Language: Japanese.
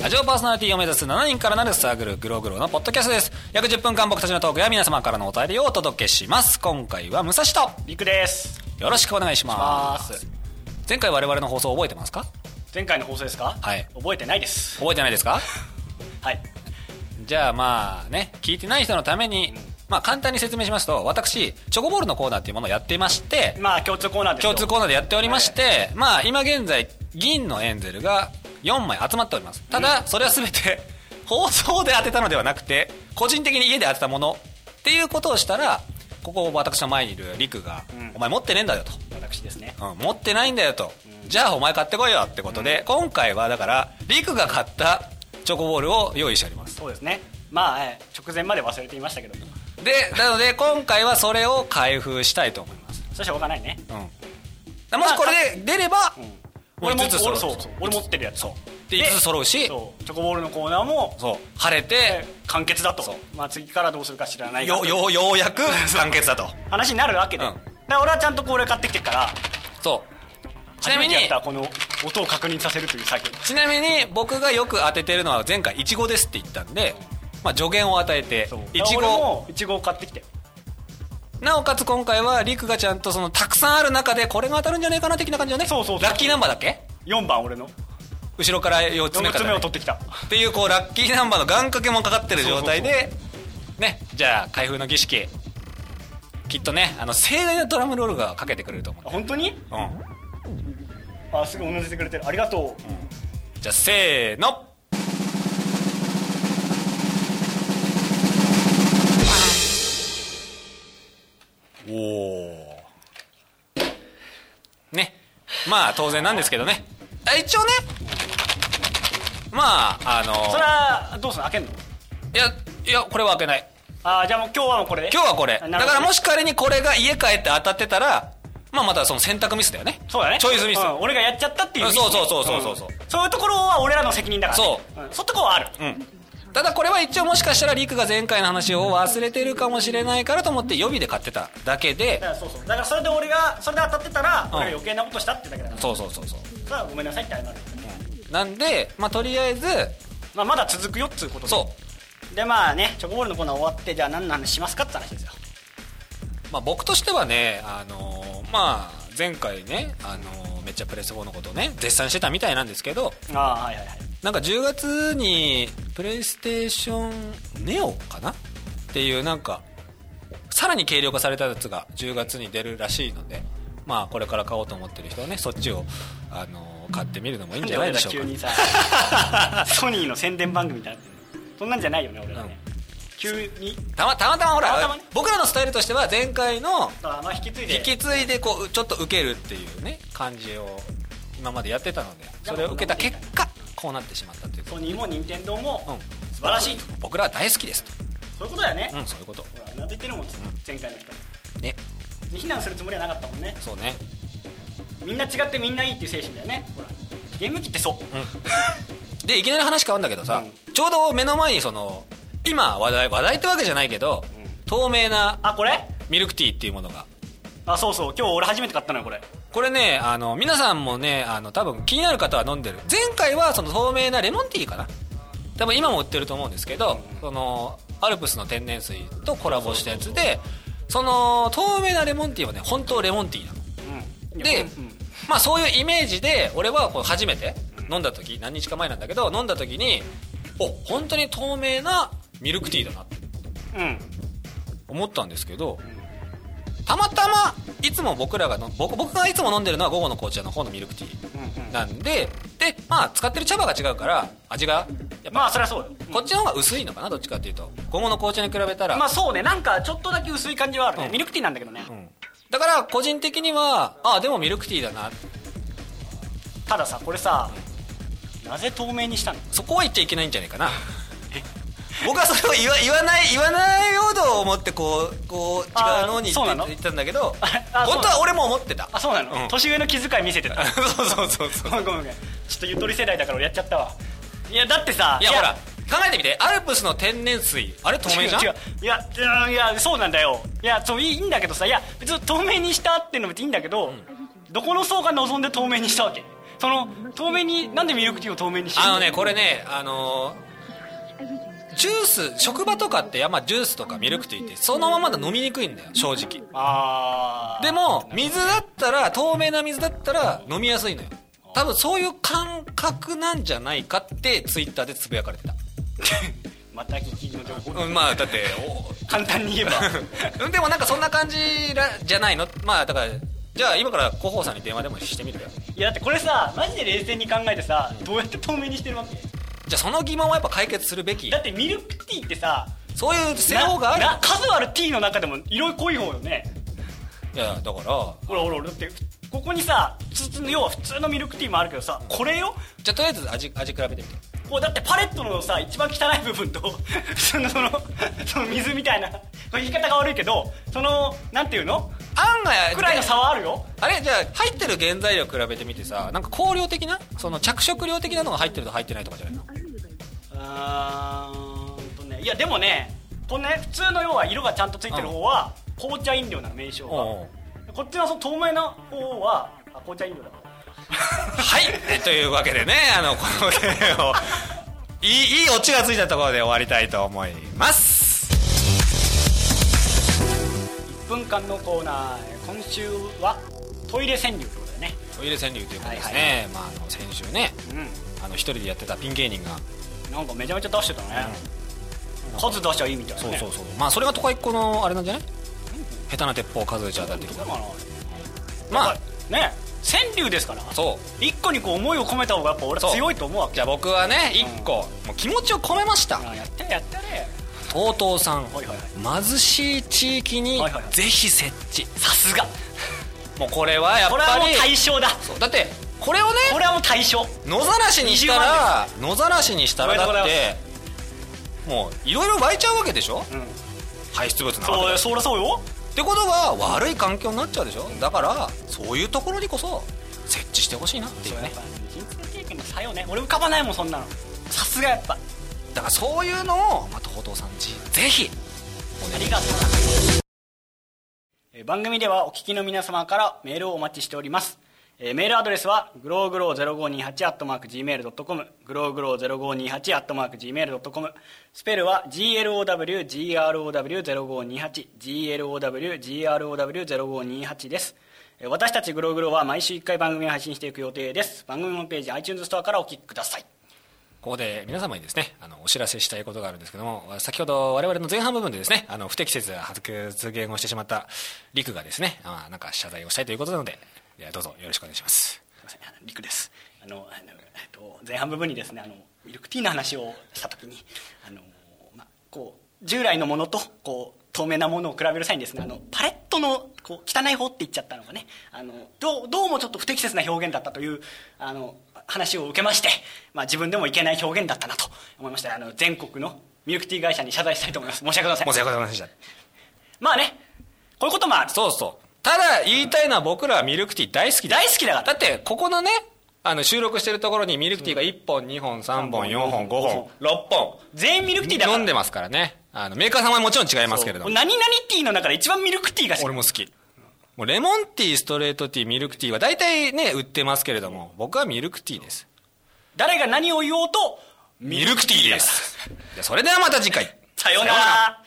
ラジオパーソナリティを目指す7人からなるサークルグローグローのポッドキャストです約10分間僕たちのトークや皆様からのお便りをお届けします今回は武蔵とりくですよろしくお願いしましますす前回我々の放送覚えてますか前回の放送ですかはい覚えてないです覚えてないですかはいじゃあまあね聞いてない人のために、まあ、簡単に説明しますと私チョコボールのコーナーっていうものをやっていましてまあ共通コーナーですよ共通コーナーでやっておりまして、まあ今現在銀のエンゼルが4枚集まっておりますただそれは全て放送で当てたのではなくて個人的に家で当てたものっていうことをしたらここ私の前にいるリクが、うんお前持ってねえんだよと」私ですねうん、持ってないんだよと、じゃあお前買ってこいよってことで、今回はだからリクが買ったチョコボールを用意してありますそうですねまあえー直前まで忘れていましたけど でなので今回はそれを開封したいと思います、それしょうがないねうん、もしこれで出れば、俺も五つ揃俺うそうそう俺持ってるやつそうで5つ揃うしそうチョコボールのコーナーもそう晴れえてー完結だとそうまあ次からどうするか知らないがよようようやく完結だと話になるわけでうだんから俺はちゃんとこれ買ってきてるからそうち初なみめにてやったこの音を確認させるという作業ちなみに僕がよく当ててるのは前回イチゴですって言ったんで、まあ、助言を与えてそうイだチから俺ゴもいちごを買ってきてなおかつ今回はリクがちゃんとそのたくさんある中でこれが当たるんじゃねえかな的な感じだねそうそうそうラッキーナンバーだっけ4番俺の後ろから4つ目4かつら目だをね取ってきたっていうこうラッキーナンバーの願掛けもかかってる状態でねじゃあ開封の儀式きっとねあの盛大なドラムロールがかけてくれると思あ本当にう、うん、あすぐうなずいてくれてるありがとうじゃあせーのおおねまあ当然なんですけどねあ一応ねまああそれのはどうすんの開けんのいやいやこれは開けないあじゃあもう今日はもうこれで今日はこれだなるほどからもし仮にこれが家帰って当たってたらまあまたその選択ミスだよねそうだねチョイスミス、うん俺がやっちゃったっていうミスねそうそうそうそうそうそうんそういうところは俺らの責任だからねそうんそういうところはあるうんただこれは一応もしかしたらリクが前回の話を忘れてるかもしれないからと思って予備で買ってただけだかでらそうそうだからそれで俺がそれで当たってたらん俺が余計なことしたってだけだからそうそうそうそそれはごめんなさいって謝るうなんでまあとりあえずまあまだ続くよっつうことでそう、でまあねチョコボールのコーナー終わってじゃあ何の話しますかって話ですよまあ、僕としてはねあのーまあ前回ね、あのーめっちゃプレス4のことをね絶賛してたみたいなんですけどああはいはいはいなんか10月にプレイステーションネオかなっていうなんかさらに軽量化されたやつが10月に出るらしいのでまあこれから買おうと思ってる人はねそっちをあの買ってみるのもいいんじゃないでしょうか急にさソニーの宣伝番組みたいになってるそんなんじゃないよね俺らね、急にたまたまたまほらたまたまね僕らのスタイルとしては前回のあまあ引き継いで引き継いでこうちょっと受けるっていうね感じを今までやってたのでそれを受けた結果こうなってしまったというこソニーも任天堂と、うもん、素晴らしいと、僕らは大好きですと、そういうことだよね、うん、そういうことほらうなずいてるもん前回の人ねに非難するつもりはなかったもんねそうねみんな違ってみんないいっていう精神だよねほらゲーム機ってそう、でいきなり話変わるんだけどさ、ちょうど目の前にその今話題話題ってわけじゃないけど、うん透明なあこれミルクティーっていうものがあそうそう今日俺初めて買ったのよこれこれねあの皆さんもねあの多分気になる方は飲んでる前回はその透明なレモンティーかな多分今も売ってると思うんですけど、そのアルプスの天然水とコラボしたやつでその透明なレモンティーはね本当レモンティーなのうんで、うんまあそういうイメージで俺はこう初めて飲んだ時何日か前なんだけど飲んだ時にお本当に透明なミルクティーだなってうん思ったんですけどたまたまいつも僕らがの僕僕がいつも飲んでるのは午後の紅茶の方のミルクティーうんうんなんででまあ使ってる茶葉が違うから味がやっぱまあそりゃそうよこっちの方が薄いのかなどっちかっていうと午後の紅茶に比べたら、まあそうねなんかちょっとだけ薄い感じはあるね、うんミルクティーなんだけどね、うんだから個人的にはああでもミルクティーだなたださこれさなぜ透明にしたのそこは言っちゃいけないんじゃないか な僕はそれを言わ言わない言わないようと思ってこうこう違あーうのに言そうなっのて言ったんだけどあそうなの本当は俺も思ってたあそうなの、うん年上の気遣い見せてた そうそうそうそうごめんごめんごめんちょっとゆとり世代だから俺やっちゃったわいやだってさいやほら考えてみてアルプスの天然水あれ透明じゃん違う違ういやうんいやそうなんだよいやそういいいいんだけどさいや別に透明にしたっていうのもいいんだけど、どこの層が望んで透明にしたわけその透明になんでミルクティーを透明にしてるあのねこれねあのージュース職場とかってまあジュースとかミルクティーってそのままだ飲みにくいんだよ正直あーでも水だったら透明な水だったら飲みやすいのよ多分そういう感覚なんじゃないかってツイッターでつぶやかれてた、また聞きの情報、うん、まあだって簡単に言 えばうんでもなんかそんな感じらじゃないのまあだからじゃあ今から広報さんに電話でもしてみるよいやだってこれさマジで冷静に考えてさどうやって透明にしてるわけじゃあその疑問はやっぱ解決するべきだってミルクティーってさそういう性能があるなな数あるティーの中でも色濃い方よねいやだからほらほらほらだってここにさ普通の要は普通のミルクティーもあるけどさこれよじゃあとりあえず味味比べてみてこうだってパレットのさ一番汚い部分と そのそのその水みたいなこれ言い方が悪いけどそのなんていうの案外くらいの差はあるよあれじゃあ入ってる原材料比べてみてさなんか香料的なその着色料的なのが入ってると入ってないとかじゃないのうーんとねいやでもねこのね普通の要は色がちゃんとついてる方は紅茶飲料なの名称がおうおうこっちのその透明な方はあ紅茶飲料だはいえというわけでねあのこのゲームを いいいいオチがついたところで終わりたいと思います1分間のコーナー今週はトイレ川柳ってことだよねトイレ川柳ということですね、はいまあ、あの先週ねうあの一人でやってたピン芸人が、んなんかめちゃめちゃ出してたね、数出しちゃいいみたいな、そうね、そううそうまあそれが都会っ子のあれなんじゃない下手な鉄砲を数えちゃうだってそうかなままああね川柳ですからそう一個にこう思いを込めた方がやっぱ俺はそう強いと思うわけじゃあ僕はね1個、もう気持ちを込めましたあやってやってれとうとうさん、はいはい貧しい地域にはいはいはいぜひ設置、さす がもうこれはやっこれはぱもうり対象だそうだってこれをねこれはもう対象野ざらしにしたら野ざらしにしたらおめでとうだっございてもういろいろ湧いちゃうわけでしょうん排出物なわけそうだしそりゃそうよってことは悪い環境になっちゃうでしょだからそういうところにこそ設置してほしいなっていそううねやっぱ人生経験の差よね俺浮かばないもんそんなのさすがやっぱだからそういうのを、まあ、とうとうさんちぜひおあ願いりがとうえー番組ではお聞きの皆様からメールをお待ちしておりますえーメールアドレスはグローグロー0528 gmail.com グローグロー0528 gmail.com スペルは glowgrow0528glowgrow0528 ですえー私たちグローグローは毎週1回番組を配信していく予定です番組ホームページ iTunes ストアからお聞きくださいここで皆様にですね、あの、お知らせしたいことがあるんですけども、先ほど我々の前半部分でですね、あの、不適切な発言をしてしまったリクがですね、あなんか謝罪をしたいということなので、ではどうぞよろしくお願いします。すいませんあのリクですあのあの、えっと、前半部分にですねあのミルクティーの話をした時にあの、まあ、こう従来のものとこう透明なものを比べる際にですねあのパレットのこう汚い方って言っちゃったのがねあのどうどうもちょっと不適切な表現だったというあの話を受けまして、まあ、自分でもいけない表現だったなと思いましてあの全国のミルクティー会社に謝罪したいと思います申し訳ござもいまうせ最ん後でお話した。まあねこういうこともあるそうそう。ただ言いたいのは僕らはミルクティー大好きです大好きだからだって、ここのね、あの、収録してるところにミルクティーが1本、2本、3本、4本、5本、6本。全員ミルクティーだから飲んでますからね。あの、メーカー様はもちろん違いますけれども。何々ティーの中で一番ミルクティーが好き俺も好き。もうレモンティー、ストレートティー、ミルクティーは大体ね、売ってますけれども、僕はミルクティーです。誰が何を言おうとミルクティーです。じゃあそれではまた次回。さようなら